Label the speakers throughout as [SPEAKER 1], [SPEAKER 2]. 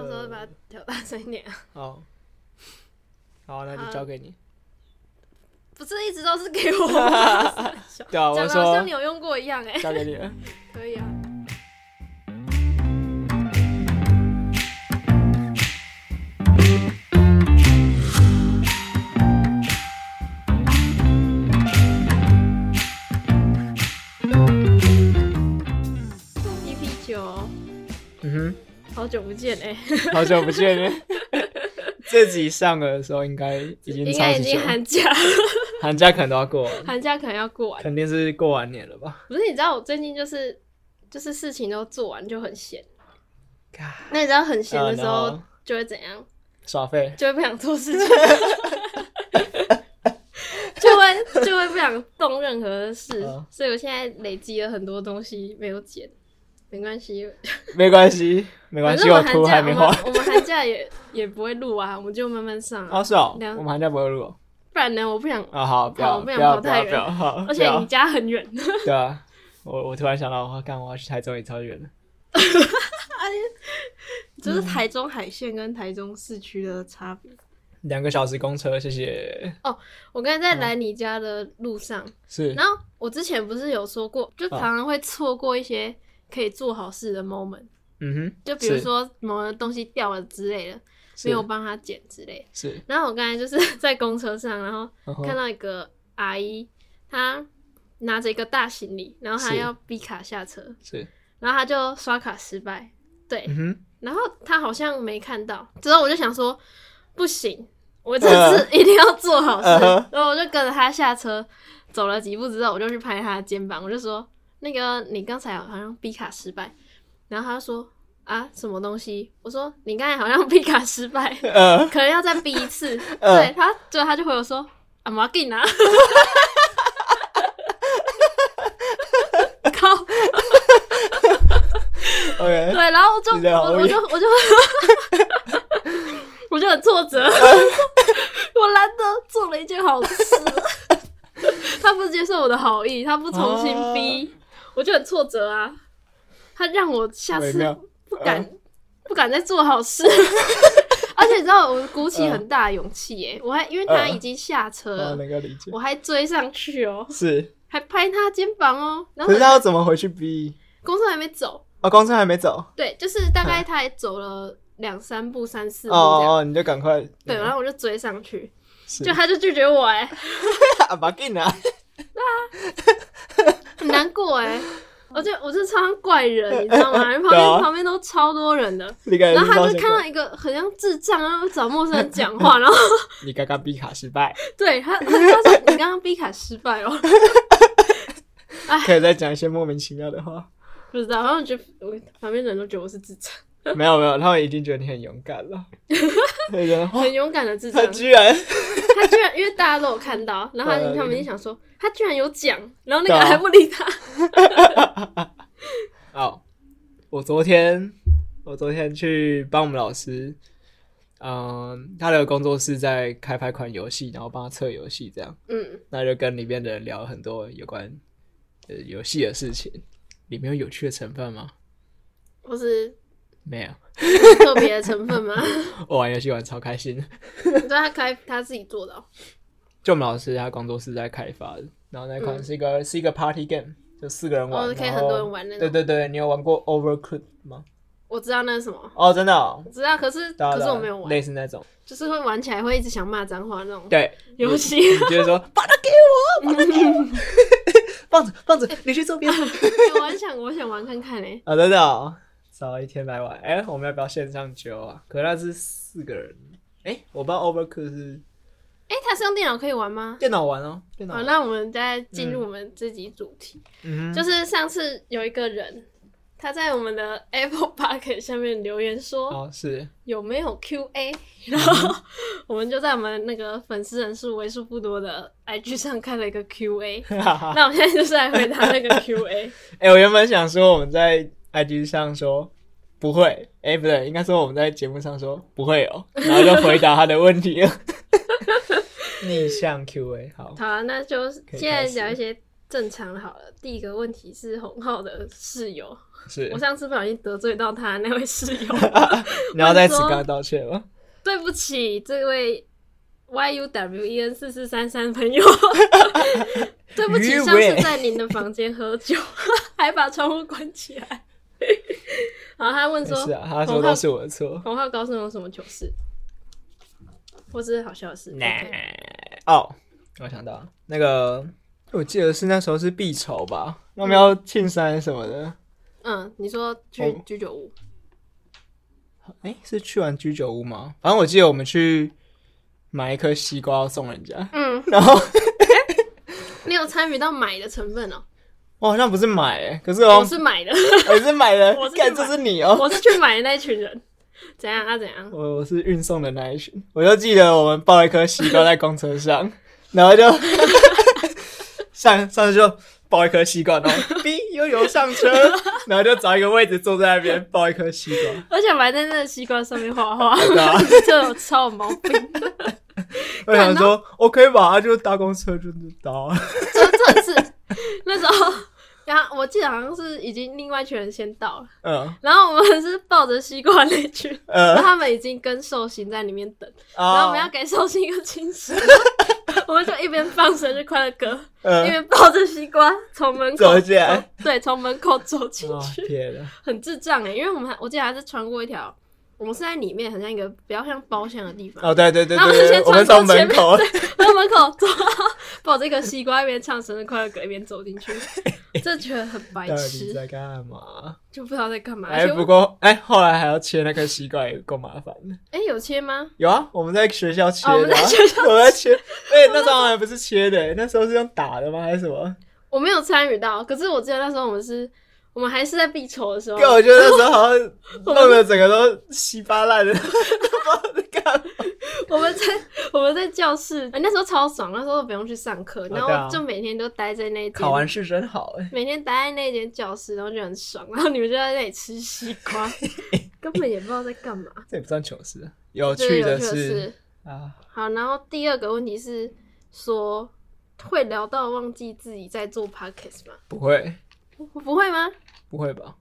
[SPEAKER 1] 把
[SPEAKER 2] 的
[SPEAKER 1] 它。调大声一点啊！
[SPEAKER 2] 好，哦好，那就交给你。
[SPEAKER 1] 不是一直都是给我吗
[SPEAKER 2] 对啊，
[SPEAKER 1] 讲
[SPEAKER 2] 我
[SPEAKER 1] 的好
[SPEAKER 2] 说
[SPEAKER 1] 像你有用过一样哎、
[SPEAKER 2] 交给你了。
[SPEAKER 1] 可以啊。EP 九，
[SPEAKER 2] 嗯
[SPEAKER 1] 好久不见哎、
[SPEAKER 2] 哼，好久不见 面。这集上了的时候，应该已经
[SPEAKER 1] 应
[SPEAKER 2] 超
[SPEAKER 1] 该
[SPEAKER 2] 级
[SPEAKER 1] 已经
[SPEAKER 2] 久了，
[SPEAKER 1] 寒假，
[SPEAKER 2] 寒假可能都要过完，
[SPEAKER 1] 寒假可能要过完。
[SPEAKER 2] 肯定是过完年了吧？
[SPEAKER 1] 不是，你知道我最近就是就是事情都做完就很闲，
[SPEAKER 2] 嘎
[SPEAKER 1] 那你知道很闲的时
[SPEAKER 2] 啊然
[SPEAKER 1] 候
[SPEAKER 2] 后
[SPEAKER 1] 就会怎样？
[SPEAKER 2] 耍废，
[SPEAKER 1] 就会不想做事情， 就会就会不想动任何的事，
[SPEAKER 2] 嗯
[SPEAKER 1] 所以我现在累积了很多东西没有剪，没关系，
[SPEAKER 2] 没关系，没
[SPEAKER 1] 反正
[SPEAKER 2] 关系，
[SPEAKER 1] 我寒
[SPEAKER 2] 我图还
[SPEAKER 1] 假我
[SPEAKER 2] 没
[SPEAKER 1] 们
[SPEAKER 2] 画。
[SPEAKER 1] 我们寒假也也不会录啊，我们就慢慢上、啊，
[SPEAKER 2] 哦，是哦，
[SPEAKER 1] 两
[SPEAKER 2] 我们寒假不会录哦
[SPEAKER 1] 不然呢我不想，
[SPEAKER 2] 啊。好，不
[SPEAKER 1] 好
[SPEAKER 2] 要，
[SPEAKER 1] 我
[SPEAKER 2] 不
[SPEAKER 1] 不想
[SPEAKER 2] 要，
[SPEAKER 1] 跑
[SPEAKER 2] 不
[SPEAKER 1] 太
[SPEAKER 2] 要，不要，好，
[SPEAKER 1] 而
[SPEAKER 2] 不
[SPEAKER 1] 且
[SPEAKER 2] 要
[SPEAKER 1] 你家很远，
[SPEAKER 2] 对啊，我我突然想到，我干，我要去台中也超远了。嗯
[SPEAKER 1] 就是台中海线跟台中市区的差别。
[SPEAKER 2] 两个小时公车，谢谢。
[SPEAKER 1] 我刚才
[SPEAKER 2] 嗯
[SPEAKER 1] 在来你家的路上，
[SPEAKER 2] 是，
[SPEAKER 1] 然后我之前不是有说过，就
[SPEAKER 2] 啊
[SPEAKER 1] 常常会错过一些可以做好事的 moment，、
[SPEAKER 2] 嗯哼，
[SPEAKER 1] 就比如
[SPEAKER 2] 是
[SPEAKER 1] 说某个东西掉了之类的，
[SPEAKER 2] 是
[SPEAKER 1] 没有帮他捡之类的。
[SPEAKER 2] 是，嗯
[SPEAKER 1] 然后我刚才就是 在公车上，然后
[SPEAKER 2] 然后
[SPEAKER 1] 看到一个阿姨，她拿着一个大行李，然后她
[SPEAKER 2] 是
[SPEAKER 1] 要逼卡下车，
[SPEAKER 2] 是，
[SPEAKER 1] 然后她就刷卡失败，对，
[SPEAKER 2] 嗯哼，
[SPEAKER 1] 然后她好像没看到，之后我就想说不行，我这次一定要做好事，
[SPEAKER 2] 嗯哼
[SPEAKER 1] 然后我就跟着她下车，走了几步之后，我就去拍她的肩膀，我就说那个你刚才好像逼卡失败，然后她就说啊什么东西，我说你刚才好像逼卡失败。
[SPEAKER 2] 呃，
[SPEAKER 1] 可能要再逼一次。
[SPEAKER 2] 嗯
[SPEAKER 1] 对他，对他就回我说：“啊，马给拿。” 靠，
[SPEAKER 2] OK，
[SPEAKER 1] 对，然后我就
[SPEAKER 2] 哎你这样
[SPEAKER 1] 我
[SPEAKER 2] 好
[SPEAKER 1] 我就我就 我就很挫折，
[SPEAKER 2] 哎
[SPEAKER 1] 我难得做了一件好事，他不接受我的好意，他不重新逼，
[SPEAKER 2] 啊
[SPEAKER 1] 我就很挫折啊。他让我下
[SPEAKER 2] 微
[SPEAKER 1] 次
[SPEAKER 2] 妙嗯
[SPEAKER 1] 不敢、不敢再做好 事。而且你知道，我鼓起很大的勇气耶！我还因为
[SPEAKER 2] 嗯
[SPEAKER 1] 他已经下车
[SPEAKER 2] 我
[SPEAKER 1] 了，
[SPEAKER 2] 哦能够理解。
[SPEAKER 1] 我还追上去哦，
[SPEAKER 2] 是，
[SPEAKER 1] 还拍他肩膀哦。然
[SPEAKER 2] 可
[SPEAKER 1] 后
[SPEAKER 2] 是他要怎么回去 B？
[SPEAKER 1] 公车还没走，
[SPEAKER 2] 哦，公车还没走。
[SPEAKER 1] 对，就是大概他也走了两三步、三四
[SPEAKER 2] 哦
[SPEAKER 1] 步这样。
[SPEAKER 2] 嗯哦，哦嗯你就赶快。
[SPEAKER 1] 对，然后我就追上去，
[SPEAKER 2] 是
[SPEAKER 1] 就他就拒绝我哎，
[SPEAKER 2] 啊，把劲啊！
[SPEAKER 1] 很难过 哎。我就我是超像怪人，你知道吗？因为旁边、
[SPEAKER 2] 对啊哎
[SPEAKER 1] 旁边都超多人的，
[SPEAKER 2] 你感
[SPEAKER 1] 然
[SPEAKER 2] 觉
[SPEAKER 1] 后
[SPEAKER 2] 是
[SPEAKER 1] 他
[SPEAKER 2] 超
[SPEAKER 1] 就
[SPEAKER 2] 想
[SPEAKER 1] 看到一个很像智障，然后找陌生人讲话，然后
[SPEAKER 2] 你刚刚 B 卡失败，
[SPEAKER 1] 对他，他他说你刚刚 B 卡失败哦，
[SPEAKER 2] 可以再讲一些莫名其妙的话。
[SPEAKER 1] 不知道，然后我觉得我旁边人都觉得我是智障，
[SPEAKER 2] 没有没有，他们已经觉得你很勇敢 了。对的，哇
[SPEAKER 1] 很勇敢的智障
[SPEAKER 2] 他。居然
[SPEAKER 1] 他居然因为大家都有看到，然后他
[SPEAKER 2] 对
[SPEAKER 1] 他们就想说他居然有讲，然后那
[SPEAKER 2] 嗯对
[SPEAKER 1] 个
[SPEAKER 2] 啊
[SPEAKER 1] 还不理他，
[SPEAKER 2] 哦，我昨天我昨天去帮我们老师，嗯，他的工作室在开发一款游戏，然后帮他测游戏，这样，
[SPEAKER 1] 嗯，
[SPEAKER 2] 那就跟里面的人聊很多有关呃游戏的事情。里面有有趣的成分吗？
[SPEAKER 1] 或是
[SPEAKER 2] 没有，
[SPEAKER 1] 特别的成分吗？
[SPEAKER 2] 我玩游戏玩超开心。
[SPEAKER 1] 对他开他自己做的哦、
[SPEAKER 2] 就我们老师他工作室在开发的，然后那款是一个、是一个 party game，就四个人
[SPEAKER 1] 嗯
[SPEAKER 2] 玩，
[SPEAKER 1] 哦可以
[SPEAKER 2] 然后
[SPEAKER 1] 很多人玩那种
[SPEAKER 2] 对对对，你有玩过 Overcooked 吗？
[SPEAKER 1] 我知道那是什么，
[SPEAKER 2] 哦，真的、哦，
[SPEAKER 1] 我知道，可是
[SPEAKER 2] 对啊
[SPEAKER 1] 可是
[SPEAKER 2] 对啊
[SPEAKER 1] 我没有玩，
[SPEAKER 2] 类似那种，
[SPEAKER 1] 就是会玩起来会一直想骂脏话那 种
[SPEAKER 2] 对，
[SPEAKER 1] 游戏。
[SPEAKER 2] 你就 是说把它给我，把它给我，棒子棒子，你去这边
[SPEAKER 1] 我很想我想玩看看欸嘞、
[SPEAKER 2] 啊，真的、哦，找一天来玩。哎、我们要不要线上揪啊？可是那是四个人，哎、我不知道 Overcooked 是
[SPEAKER 1] 哎、他是用电脑可以玩吗？
[SPEAKER 2] 电脑玩哦，电脑
[SPEAKER 1] 好，
[SPEAKER 2] 玩，
[SPEAKER 1] 那我们再进入我们自己主题。
[SPEAKER 2] 嗯哼，
[SPEAKER 1] 就是上次有一个人，他在我们的 Apple Park 下面留言说、
[SPEAKER 2] 哦 嗯是，
[SPEAKER 1] 有没有 QA，然后我们就在我们那个粉丝人数为数不多的 IG 上开了一个 QA。那 我们现在就是来回答那个 QA，
[SPEAKER 2] 哎、我原本想说我们在 IG 上说不会，哎、不对，应该说我们在节目上说不会哦，然后就回答他的问 题了。逆向 Q A，好，
[SPEAKER 1] 好啊、那就是
[SPEAKER 2] 可以
[SPEAKER 1] 现在
[SPEAKER 2] 开始
[SPEAKER 1] 聊一些正常的好了。第一个问题是洪浩的室友，
[SPEAKER 2] 是
[SPEAKER 1] 我，上次不小心得罪到他那位室友，
[SPEAKER 2] 你要在此
[SPEAKER 1] 说
[SPEAKER 2] 跟他道歉吗？
[SPEAKER 1] 对不起，这位 Y U W E N 四四三三 朋友，对不起，
[SPEAKER 2] 余
[SPEAKER 1] 上次
[SPEAKER 2] 伟
[SPEAKER 1] 在您的房间喝酒， 还把窗户关起来。然后他问
[SPEAKER 2] 没
[SPEAKER 1] 说
[SPEAKER 2] 事啊，他
[SPEAKER 1] 洪
[SPEAKER 2] 说
[SPEAKER 1] 浩
[SPEAKER 2] 都是我的错：“。
[SPEAKER 1] 洪浩高中有什么糗事，或是好笑的事？” OK
[SPEAKER 2] 哦，我想到了那个，我记得是那时候是必筹吧，那我们要庆山什么的。
[SPEAKER 1] 嗯，你说居
[SPEAKER 2] 哦
[SPEAKER 1] 居酒屋，
[SPEAKER 2] 哎、是去完居酒屋吗？反正我记得我们去买一颗西瓜要送人家，
[SPEAKER 1] 嗯，
[SPEAKER 2] 然后
[SPEAKER 1] 你有参与到买的成分哦、
[SPEAKER 2] 我好像不是买、欸，可是
[SPEAKER 1] 我
[SPEAKER 2] 我
[SPEAKER 1] 是买的，
[SPEAKER 2] 我是买的
[SPEAKER 1] 我是，去
[SPEAKER 2] 看
[SPEAKER 1] 买
[SPEAKER 2] 这是你哦、
[SPEAKER 1] 我是去买的那一群人。 怎样啊？怎样？
[SPEAKER 2] 我我是运送的那一群，我就记得我们抱一颗西瓜在公车上， 然后就上上去就抱一颗西瓜，然后哔悠悠上车， 然后就找一个位置坐在那边抱一颗西瓜，
[SPEAKER 1] 而且我还在那个西瓜上面画 画，
[SPEAKER 2] 对 啊，
[SPEAKER 1] 这有超有毛 病。
[SPEAKER 2] 我想说 OK 吧，啊就搭公车就是搭，
[SPEAKER 1] 这这是那时候，然后我记得好像是已经另外一群人先到了，
[SPEAKER 2] 嗯
[SPEAKER 1] 然后我们是抱着西瓜那群，然后
[SPEAKER 2] 呃
[SPEAKER 1] 他们已经跟寿星在里面等，然后我们要
[SPEAKER 2] 啊
[SPEAKER 1] 给寿星一个惊喜，我们就一边放生日快乐歌，一
[SPEAKER 2] 呃，
[SPEAKER 1] 边抱着西瓜从门口
[SPEAKER 2] 走起来，
[SPEAKER 1] 对，从门口走进
[SPEAKER 2] 哦
[SPEAKER 1] 去，
[SPEAKER 2] 天呐，
[SPEAKER 1] 很智障哎，因为我们还我记得还是穿过一条，我们是在里面，很像一个比较像包厢的地方。
[SPEAKER 2] 哦对对对
[SPEAKER 1] 然后
[SPEAKER 2] 对对，
[SPEAKER 1] 先
[SPEAKER 2] 我们
[SPEAKER 1] 穿
[SPEAKER 2] 从
[SPEAKER 1] 过前
[SPEAKER 2] 门
[SPEAKER 1] 面
[SPEAKER 2] 口，
[SPEAKER 1] 然后门口走，抱着一个西瓜，一边唱生日快乐歌，一边走进 去，这觉得很白
[SPEAKER 2] 到底
[SPEAKER 1] 痴，
[SPEAKER 2] 在干嘛？
[SPEAKER 1] 就不知道在干嘛。而
[SPEAKER 2] 哎，
[SPEAKER 1] 且我
[SPEAKER 2] 不过哎，后来还要切那颗西瓜也够麻烦的。
[SPEAKER 1] 哎、有切吗？
[SPEAKER 2] 有啊，我们在学校切的、啊
[SPEAKER 1] 哦我们在学校
[SPEAKER 2] 我在切，哎、那时候还不是切的、欸那时候是用打的吗？还是什么？
[SPEAKER 1] 我没有参与到，可是我记得那时候我们是，我们还是在必筹的时候，
[SPEAKER 2] 哥，我觉得那时候好像弄得整个都稀巴烂 的，不知道在干嘛。
[SPEAKER 1] 我们在 我们在教室、哎那时候超爽，那时候都不用去上课，然
[SPEAKER 2] 对啊
[SPEAKER 1] 后就每天都待在那一间。
[SPEAKER 2] 考完试真好哎、
[SPEAKER 1] 每天待在那间教室，然后就很爽，然后你们就在那里吃西 瓜，根本也不知道在干嘛。
[SPEAKER 2] 这也不算糗事，啊有
[SPEAKER 1] 这是
[SPEAKER 2] 趣
[SPEAKER 1] 有
[SPEAKER 2] 的
[SPEAKER 1] 趣的
[SPEAKER 2] 是
[SPEAKER 1] 事。
[SPEAKER 2] 啊，
[SPEAKER 1] 好，然后第二个问题是说会聊到忘记自己在做 podcast 吗？
[SPEAKER 2] 不会，
[SPEAKER 1] 我不会吗？
[SPEAKER 2] 不会吧？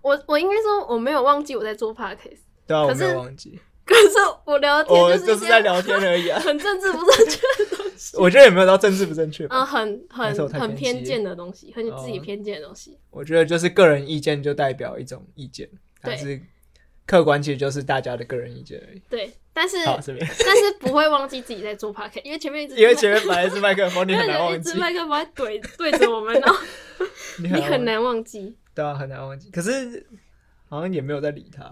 [SPEAKER 1] 我我应该说我没有忘记我在做 podcast，
[SPEAKER 2] 对啊，我
[SPEAKER 1] 可是
[SPEAKER 2] 没有忘记，
[SPEAKER 1] 可是我聊
[SPEAKER 2] 我
[SPEAKER 1] 天
[SPEAKER 2] 哦就
[SPEAKER 1] 就是是
[SPEAKER 2] 在聊天而已啊
[SPEAKER 1] 。很政治不 正确，
[SPEAKER 2] 我觉得也没有到政治不正确吧，
[SPEAKER 1] 嗯，很
[SPEAKER 2] 还是我
[SPEAKER 1] 很
[SPEAKER 2] 太
[SPEAKER 1] 很
[SPEAKER 2] 偏
[SPEAKER 1] 偏
[SPEAKER 2] 激
[SPEAKER 1] 见的东西，很自己
[SPEAKER 2] 哦
[SPEAKER 1] 偏见的东西。
[SPEAKER 2] 我觉得就是个人意见就代表一种意见，但是客观其实就是大家的个人意见而已。
[SPEAKER 1] 对，但是
[SPEAKER 2] 好，这边。
[SPEAKER 1] 但是不会忘记自己在做 podcast，因为前面一直
[SPEAKER 2] 因为前面本来是麦克风，你
[SPEAKER 1] 因为
[SPEAKER 2] 很难
[SPEAKER 1] 有一
[SPEAKER 2] 忘记
[SPEAKER 1] 支，麦克风在怼 对着我们，然后
[SPEAKER 2] 你啊
[SPEAKER 1] 你
[SPEAKER 2] 很
[SPEAKER 1] 很难忘记，
[SPEAKER 2] 对啊，很难忘记。可是好像也没有在理他，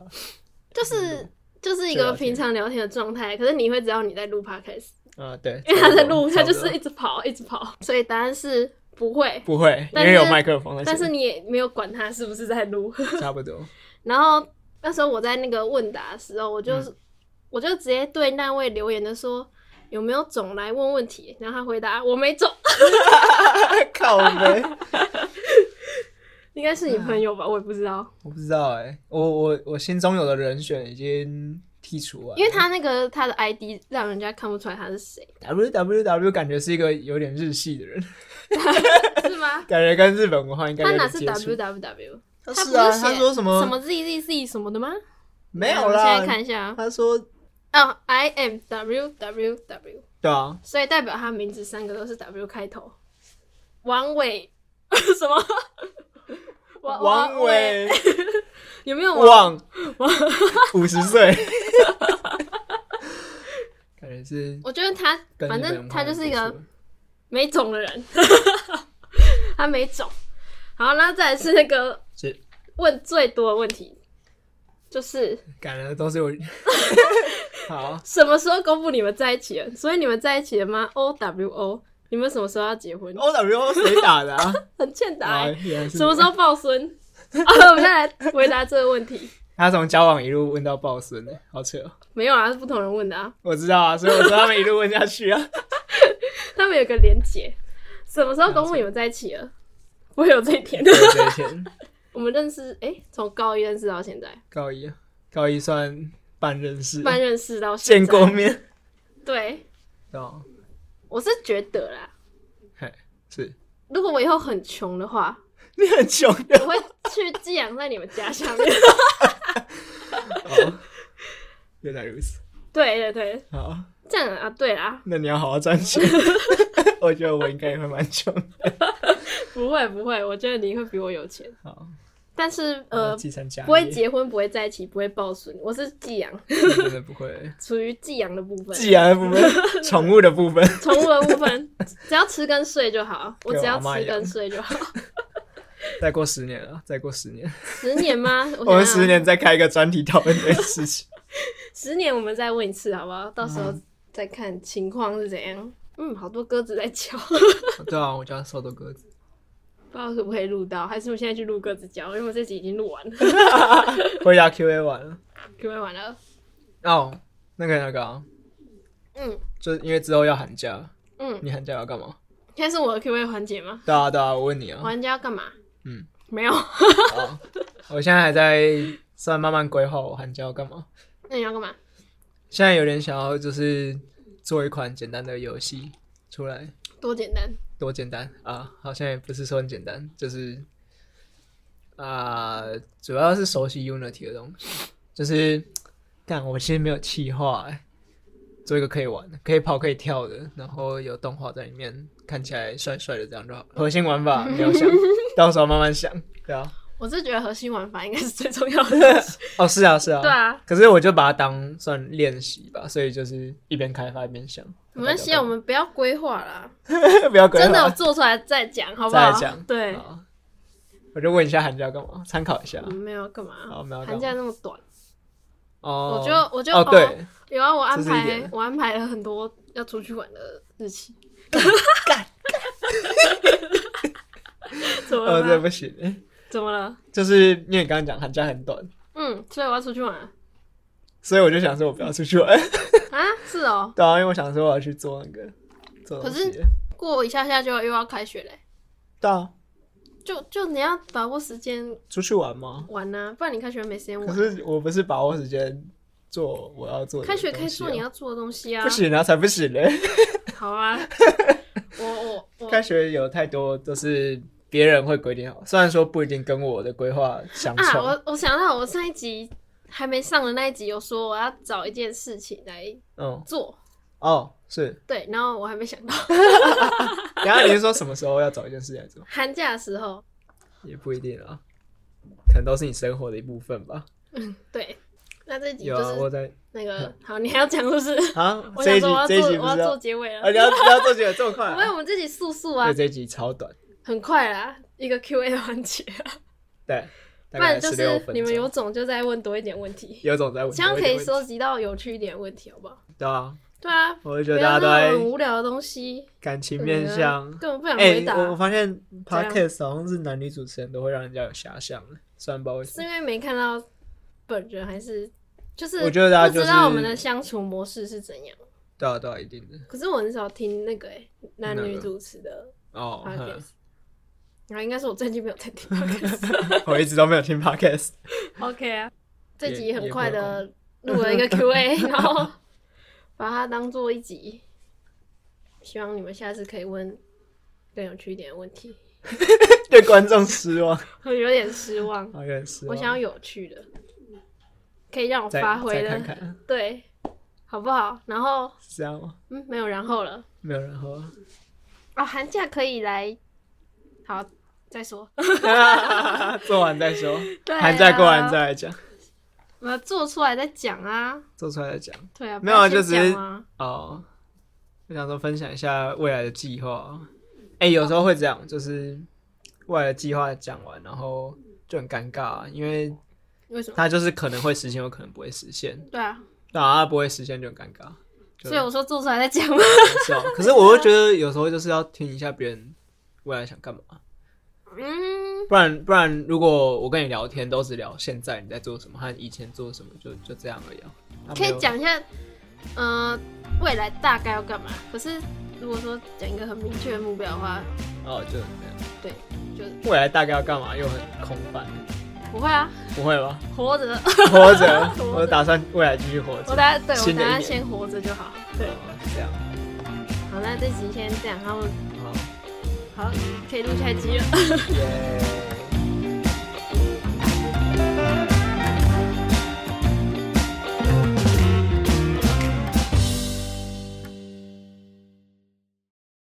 [SPEAKER 1] 就是
[SPEAKER 2] 嗯
[SPEAKER 1] 就是一
[SPEAKER 2] 就
[SPEAKER 1] 个
[SPEAKER 2] 聊天
[SPEAKER 1] 平常聊天的状态。可是你会知道你在录 podcast，
[SPEAKER 2] 啊， 对，
[SPEAKER 1] 因为他在录，
[SPEAKER 2] 差
[SPEAKER 1] 他
[SPEAKER 2] 不
[SPEAKER 1] 就
[SPEAKER 2] 多
[SPEAKER 1] 是一直跑，一直跑。所以答案是不会，
[SPEAKER 2] 不会，因
[SPEAKER 1] 但是
[SPEAKER 2] 为有麦克风在前
[SPEAKER 1] 但是
[SPEAKER 2] 面，
[SPEAKER 1] 你也没有管他是不是在录。
[SPEAKER 2] 差不多，
[SPEAKER 1] 然后那时候我在那个问答的时候，我
[SPEAKER 2] 嗯
[SPEAKER 1] 就是、我就直接对那位留言的说。有没有种来问问题？然后他回答我没种，
[SPEAKER 2] 靠呗，
[SPEAKER 1] 应该是你朋友吧，我也不知道，
[SPEAKER 2] 我不知道哎，我我我心中有的人选已经剔除完了，
[SPEAKER 1] 因为他那个他的 ID 让人家看不出来他是谁，
[SPEAKER 2] W W W 感觉是一个有点日系的人，
[SPEAKER 1] 是吗？
[SPEAKER 2] 感觉跟日本文化应该
[SPEAKER 1] 他
[SPEAKER 2] 有
[SPEAKER 1] 哪
[SPEAKER 2] 点
[SPEAKER 1] 是
[SPEAKER 2] 接
[SPEAKER 1] W。
[SPEAKER 2] 触
[SPEAKER 1] W W？
[SPEAKER 2] 他
[SPEAKER 1] 他不
[SPEAKER 2] 是啊，
[SPEAKER 1] 写
[SPEAKER 2] 他说什么
[SPEAKER 1] 什么 Z Z Z 什么的吗？
[SPEAKER 2] 没
[SPEAKER 1] 我
[SPEAKER 2] 有
[SPEAKER 1] 们现在
[SPEAKER 2] 啦？
[SPEAKER 1] 看一下啊
[SPEAKER 2] 他说
[SPEAKER 1] 哦，I am W W W，
[SPEAKER 2] 对啊，
[SPEAKER 1] 所以代表他名字三个都是 W 开头。王伟 什 么？王
[SPEAKER 2] 王伟
[SPEAKER 1] 有没有王？
[SPEAKER 2] 旺， 五十岁， 感觉是
[SPEAKER 1] 我觉得他
[SPEAKER 2] 跟
[SPEAKER 1] 反
[SPEAKER 2] 日本
[SPEAKER 1] 正
[SPEAKER 2] 文化
[SPEAKER 1] 他就是一
[SPEAKER 2] 有
[SPEAKER 1] 个
[SPEAKER 2] 接触
[SPEAKER 1] 没种的人， 他没种。好，那再来是那个
[SPEAKER 2] 是
[SPEAKER 1] 问最多的问题，就是
[SPEAKER 2] 感觉 都是我。好，
[SPEAKER 1] 什么时候公布你们在一起了？所以你们在一起了吗？O W O，你们什么时候要结婚？
[SPEAKER 2] O W O 谁打 的啊？
[SPEAKER 1] 很欠打、
[SPEAKER 2] 啊
[SPEAKER 1] 欸，
[SPEAKER 2] 原来是
[SPEAKER 1] 什么
[SPEAKER 2] 我
[SPEAKER 1] 时候抱孙？ 啊，我们再来回答这个问题。
[SPEAKER 2] 他从交往一路问到抱孙呢？好扯哦！
[SPEAKER 1] 没有啊，是不同人问的啊，
[SPEAKER 2] 我知道啊，所以我说他们一路问下去啊。
[SPEAKER 1] 他们有个连结。什么时候公布你们在一起 了？不会有这一天。
[SPEAKER 2] 对这一天
[SPEAKER 1] 我们认识，哎、从高一认识到现在，
[SPEAKER 2] 高一啊，高一算半认识，
[SPEAKER 1] 半认识到现
[SPEAKER 2] 见
[SPEAKER 1] 在
[SPEAKER 2] 过。面。
[SPEAKER 1] 对，
[SPEAKER 2] 哦，
[SPEAKER 1] 我是觉得啦，
[SPEAKER 2] 嘿，是
[SPEAKER 1] 如果我以后很穷的话，
[SPEAKER 2] 你很穷啊的
[SPEAKER 1] 我会去寄养在你们家下 面。
[SPEAKER 2] 哦，原来如此。
[SPEAKER 1] 对对对，
[SPEAKER 2] 好，
[SPEAKER 1] 这样啊，对啦，
[SPEAKER 2] 那你要好好赚钱。我觉得我应该也会蛮穷的。
[SPEAKER 1] 不会不会，我觉得你会比我有钱，
[SPEAKER 2] 好，
[SPEAKER 1] 但是
[SPEAKER 2] 呃，
[SPEAKER 1] 呃，
[SPEAKER 2] 继承家业
[SPEAKER 1] 不会结婚，不会在一起，不会抱孙，我是寄养，
[SPEAKER 2] 真的不 会。
[SPEAKER 1] 属于寄养的部分，
[SPEAKER 2] 寄养的部分，宠物的部分，
[SPEAKER 1] 宠物的部分， 只要吃跟睡就好，我只要
[SPEAKER 2] 被我阿嬷
[SPEAKER 1] 吃
[SPEAKER 2] 养
[SPEAKER 1] 跟睡就好。
[SPEAKER 2] 再过十年了，再过十年，
[SPEAKER 1] 十年吗？我想
[SPEAKER 2] 我们
[SPEAKER 1] 想
[SPEAKER 2] 十年再开一个专题讨论这件事 情。
[SPEAKER 1] 十年我们再问一次好不好？到时候
[SPEAKER 2] 嗯
[SPEAKER 1] 再看情况是怎样。嗯，好多鸽子在叫， 不知
[SPEAKER 2] 对啊，我家瘦多鸽子。
[SPEAKER 1] 道可不可以录到，还是我现在去录鸽子叫，因为我这集已经录完了，
[SPEAKER 2] 回答 Q&A 完了。
[SPEAKER 1] 准备完了。
[SPEAKER 2] 哦，那个那个、啊，
[SPEAKER 1] 嗯
[SPEAKER 2] 就是因为之后要寒假，
[SPEAKER 1] 嗯，
[SPEAKER 2] 你寒假要干嘛？
[SPEAKER 1] 现在是我的 Q&A 环节吗？
[SPEAKER 2] 对啊对啊，我问你啊。
[SPEAKER 1] 玩家要干嘛？
[SPEAKER 2] 嗯，
[SPEAKER 1] 没有。
[SPEAKER 2] 好，我现在还在算慢慢规划我寒假要干嘛。
[SPEAKER 1] 那你要干嘛？
[SPEAKER 2] 现在有点想要就是做一款简单的游戏出来，
[SPEAKER 1] 多简单，
[SPEAKER 2] 多简单啊！好像也不是说很简单，就是啊、主要是熟悉 Unity 的东西。就是干，我其实没有气化、欸，做一个可以玩的、可以跑、可以跳的，然后有动画在里面，看起来帅帅的，这样就好。核心玩 法没有想，到时候慢慢想。对啊，
[SPEAKER 1] 我是觉得核心玩法应该是最重要的东 西。
[SPEAKER 2] 哦，是啊，是啊，
[SPEAKER 1] 对啊，
[SPEAKER 2] 可是我就把它当算练习吧，所以就是一边开发一边想。
[SPEAKER 1] 没关系啊，我们不要规划啦，
[SPEAKER 2] 不要规划
[SPEAKER 1] 真的有做出来再讲，好不
[SPEAKER 2] 再
[SPEAKER 1] 好？
[SPEAKER 2] 讲。
[SPEAKER 1] 对，
[SPEAKER 2] 好我就问一下寒假要干嘛，参考一下
[SPEAKER 1] 我。们没有干嘛
[SPEAKER 2] 好，我们要干
[SPEAKER 1] 寒
[SPEAKER 2] 嘛
[SPEAKER 1] 假那么短，
[SPEAKER 2] 哦，
[SPEAKER 1] 我就我就
[SPEAKER 2] 哦，对，
[SPEAKER 1] 有啊，我安
[SPEAKER 2] 这是一
[SPEAKER 1] 排
[SPEAKER 2] 点
[SPEAKER 1] 我安排了很多要出去玩的日 期。 怎么
[SPEAKER 2] 哦，对，
[SPEAKER 1] 了？
[SPEAKER 2] 不行， 欸
[SPEAKER 1] 怎么了？
[SPEAKER 2] 就是因为你刚刚讲寒假很短，
[SPEAKER 1] 嗯，所以我要出去玩啊！
[SPEAKER 2] 所以我就想说我不要出去玩。
[SPEAKER 1] 啊是哦，
[SPEAKER 2] 对啊，因为我想说我要去做那个做东西
[SPEAKER 1] 可。过一下下就又要开学嘞，
[SPEAKER 2] 对啊，
[SPEAKER 1] 就就你要把握时间
[SPEAKER 2] 出去玩吗？
[SPEAKER 1] 玩呐、不然你开学没时间
[SPEAKER 2] 可
[SPEAKER 1] 玩。啊
[SPEAKER 2] 是我不是把握时间做我要做的
[SPEAKER 1] 开学可
[SPEAKER 2] 东
[SPEAKER 1] 以
[SPEAKER 2] 西啊
[SPEAKER 1] 做你要做的东西啊。
[SPEAKER 2] 不行啊，才不行嘞！
[SPEAKER 1] 好 啊，我我我
[SPEAKER 2] 开学有太多都是别人会规定好，虽然说不一定跟我的规划相
[SPEAKER 1] 啊，
[SPEAKER 2] 冲。
[SPEAKER 1] 我我想到我上一集还没上的那一集有说我要找一件事情来
[SPEAKER 2] 嗯，
[SPEAKER 1] 做，
[SPEAKER 2] 哦，是。
[SPEAKER 1] 对，然后我还没想到
[SPEAKER 2] 然后你是说什么时候要找一件事来做？
[SPEAKER 1] 寒假的时候，
[SPEAKER 2] 也不一定啊，可能都是你生活的一部分吧。
[SPEAKER 1] 对，那这一集
[SPEAKER 2] 有
[SPEAKER 1] 就
[SPEAKER 2] 啊，我
[SPEAKER 1] 是
[SPEAKER 2] 在
[SPEAKER 1] 那 个好，你还要讲是不是？
[SPEAKER 2] 啊，
[SPEAKER 1] 我
[SPEAKER 2] 这
[SPEAKER 1] 想
[SPEAKER 2] 一集
[SPEAKER 1] 说我要
[SPEAKER 2] 这一集
[SPEAKER 1] 做
[SPEAKER 2] 不
[SPEAKER 1] 我要
[SPEAKER 2] 是要
[SPEAKER 1] 做结尾
[SPEAKER 2] 啊，
[SPEAKER 1] 了，
[SPEAKER 2] 你要你要做结尾这么快
[SPEAKER 1] 因为
[SPEAKER 2] 啊？
[SPEAKER 1] 我们这集速速啊
[SPEAKER 2] 对，，这一集超短，
[SPEAKER 1] 很快啦，一个 Q A 的环节啊，
[SPEAKER 2] 对，
[SPEAKER 1] 不
[SPEAKER 2] 大概
[SPEAKER 1] 然就
[SPEAKER 2] 十六
[SPEAKER 1] 是
[SPEAKER 2] 分钟。
[SPEAKER 1] 你们有种就再问多一点问题，
[SPEAKER 2] 有种在问，
[SPEAKER 1] 这样可以
[SPEAKER 2] 我
[SPEAKER 1] 收集到有趣一点的问题，好不好？
[SPEAKER 2] 也会问对啊，
[SPEAKER 1] 对啊，
[SPEAKER 2] 我就觉
[SPEAKER 1] 不
[SPEAKER 2] 得
[SPEAKER 1] 要
[SPEAKER 2] 大家
[SPEAKER 1] 那种
[SPEAKER 2] 都
[SPEAKER 1] 很
[SPEAKER 2] 在
[SPEAKER 1] 无聊的东西，
[SPEAKER 2] 感情
[SPEAKER 1] 对
[SPEAKER 2] 啊面
[SPEAKER 1] 啊
[SPEAKER 2] 向。
[SPEAKER 1] 根本不想
[SPEAKER 2] 哎、
[SPEAKER 1] 回答，
[SPEAKER 2] 我我发现
[SPEAKER 1] 样
[SPEAKER 2] podcast 好像是男女主持人都会让人家有遐想的，虽然不知道为什
[SPEAKER 1] 是
[SPEAKER 2] 么
[SPEAKER 1] 因为没看到本人，还是就是
[SPEAKER 2] 我觉得大家
[SPEAKER 1] 不知
[SPEAKER 2] 就是
[SPEAKER 1] 道我们的相处模式是怎样？
[SPEAKER 2] 对啊，对啊，一定的。
[SPEAKER 1] 可是我很少听那个、欸、男
[SPEAKER 2] 哪
[SPEAKER 1] 女
[SPEAKER 2] 个
[SPEAKER 1] 主持的
[SPEAKER 2] 哦，
[SPEAKER 1] podcast，然后应该是我最近没有在 听 podcast。
[SPEAKER 2] 哼 我一直都没有听 podcast。
[SPEAKER 1] OK 啊，这
[SPEAKER 2] 也
[SPEAKER 1] 集很快的录 了一个 Q&A，然后把它当做一集，希望你们下次可以问更有趣一点的问题。
[SPEAKER 2] 对观众失望，
[SPEAKER 1] 我有点失望，
[SPEAKER 2] 好有点失望。
[SPEAKER 1] 我想要有趣的，可以让我
[SPEAKER 2] 啊再
[SPEAKER 1] 发挥
[SPEAKER 2] 再
[SPEAKER 1] 的，
[SPEAKER 2] 看看，
[SPEAKER 1] 对，好不好？然后。
[SPEAKER 2] 是这样吗？
[SPEAKER 1] 嗯，没有然后了。
[SPEAKER 2] 没有人喝。
[SPEAKER 1] 哦，寒假可以来，好再说。
[SPEAKER 2] 做完再说，
[SPEAKER 1] 对啊
[SPEAKER 2] 寒假过完再来讲，
[SPEAKER 1] 我们做出来再讲啊。
[SPEAKER 2] 做出来再讲。
[SPEAKER 1] 对啊，
[SPEAKER 2] 没有啊
[SPEAKER 1] 不要先
[SPEAKER 2] 就只是
[SPEAKER 1] 讲啊
[SPEAKER 2] 哦，我想说分享一下未来的计划。哎、有时候会这样，就是未来的计划讲完，然后就很尴尬、因为
[SPEAKER 1] 为什么？
[SPEAKER 2] 它就是可能会实现，有可能不会实现。
[SPEAKER 1] 对啊，
[SPEAKER 2] 那它不会实现就很尴尬。就
[SPEAKER 1] 所以我说做出来再讲啊 嗯嘛。
[SPEAKER 2] 是哦，可是我会觉得有时候就是要听一下别人未来想干嘛，
[SPEAKER 1] 嗯，
[SPEAKER 2] 不然不然，如果我跟你聊天都只聊现在你在做什么和以前做什么，就就这样而已、啊。啊
[SPEAKER 1] 可
[SPEAKER 2] 没
[SPEAKER 1] 以
[SPEAKER 2] 有
[SPEAKER 1] 讲一下，呃，未来大概要干嘛。可是如果说讲一个很明确的目标的话，
[SPEAKER 2] 哦，就没有
[SPEAKER 1] 对，就
[SPEAKER 2] 未来大概要干嘛又很空泛，
[SPEAKER 1] 不会啊，
[SPEAKER 2] 不会吗？
[SPEAKER 1] 活着。
[SPEAKER 2] 活着
[SPEAKER 1] 活，着
[SPEAKER 2] 我打算未来继续活
[SPEAKER 1] 我等
[SPEAKER 2] 着。
[SPEAKER 1] 下对我
[SPEAKER 2] 新
[SPEAKER 1] 等
[SPEAKER 2] 的一
[SPEAKER 1] 下
[SPEAKER 2] 年
[SPEAKER 1] 先活着就好。对，
[SPEAKER 2] 哦这样，
[SPEAKER 1] 好，那这集先这样，然后
[SPEAKER 2] 好，
[SPEAKER 1] 好，可以录下一集了。
[SPEAKER 2] 耶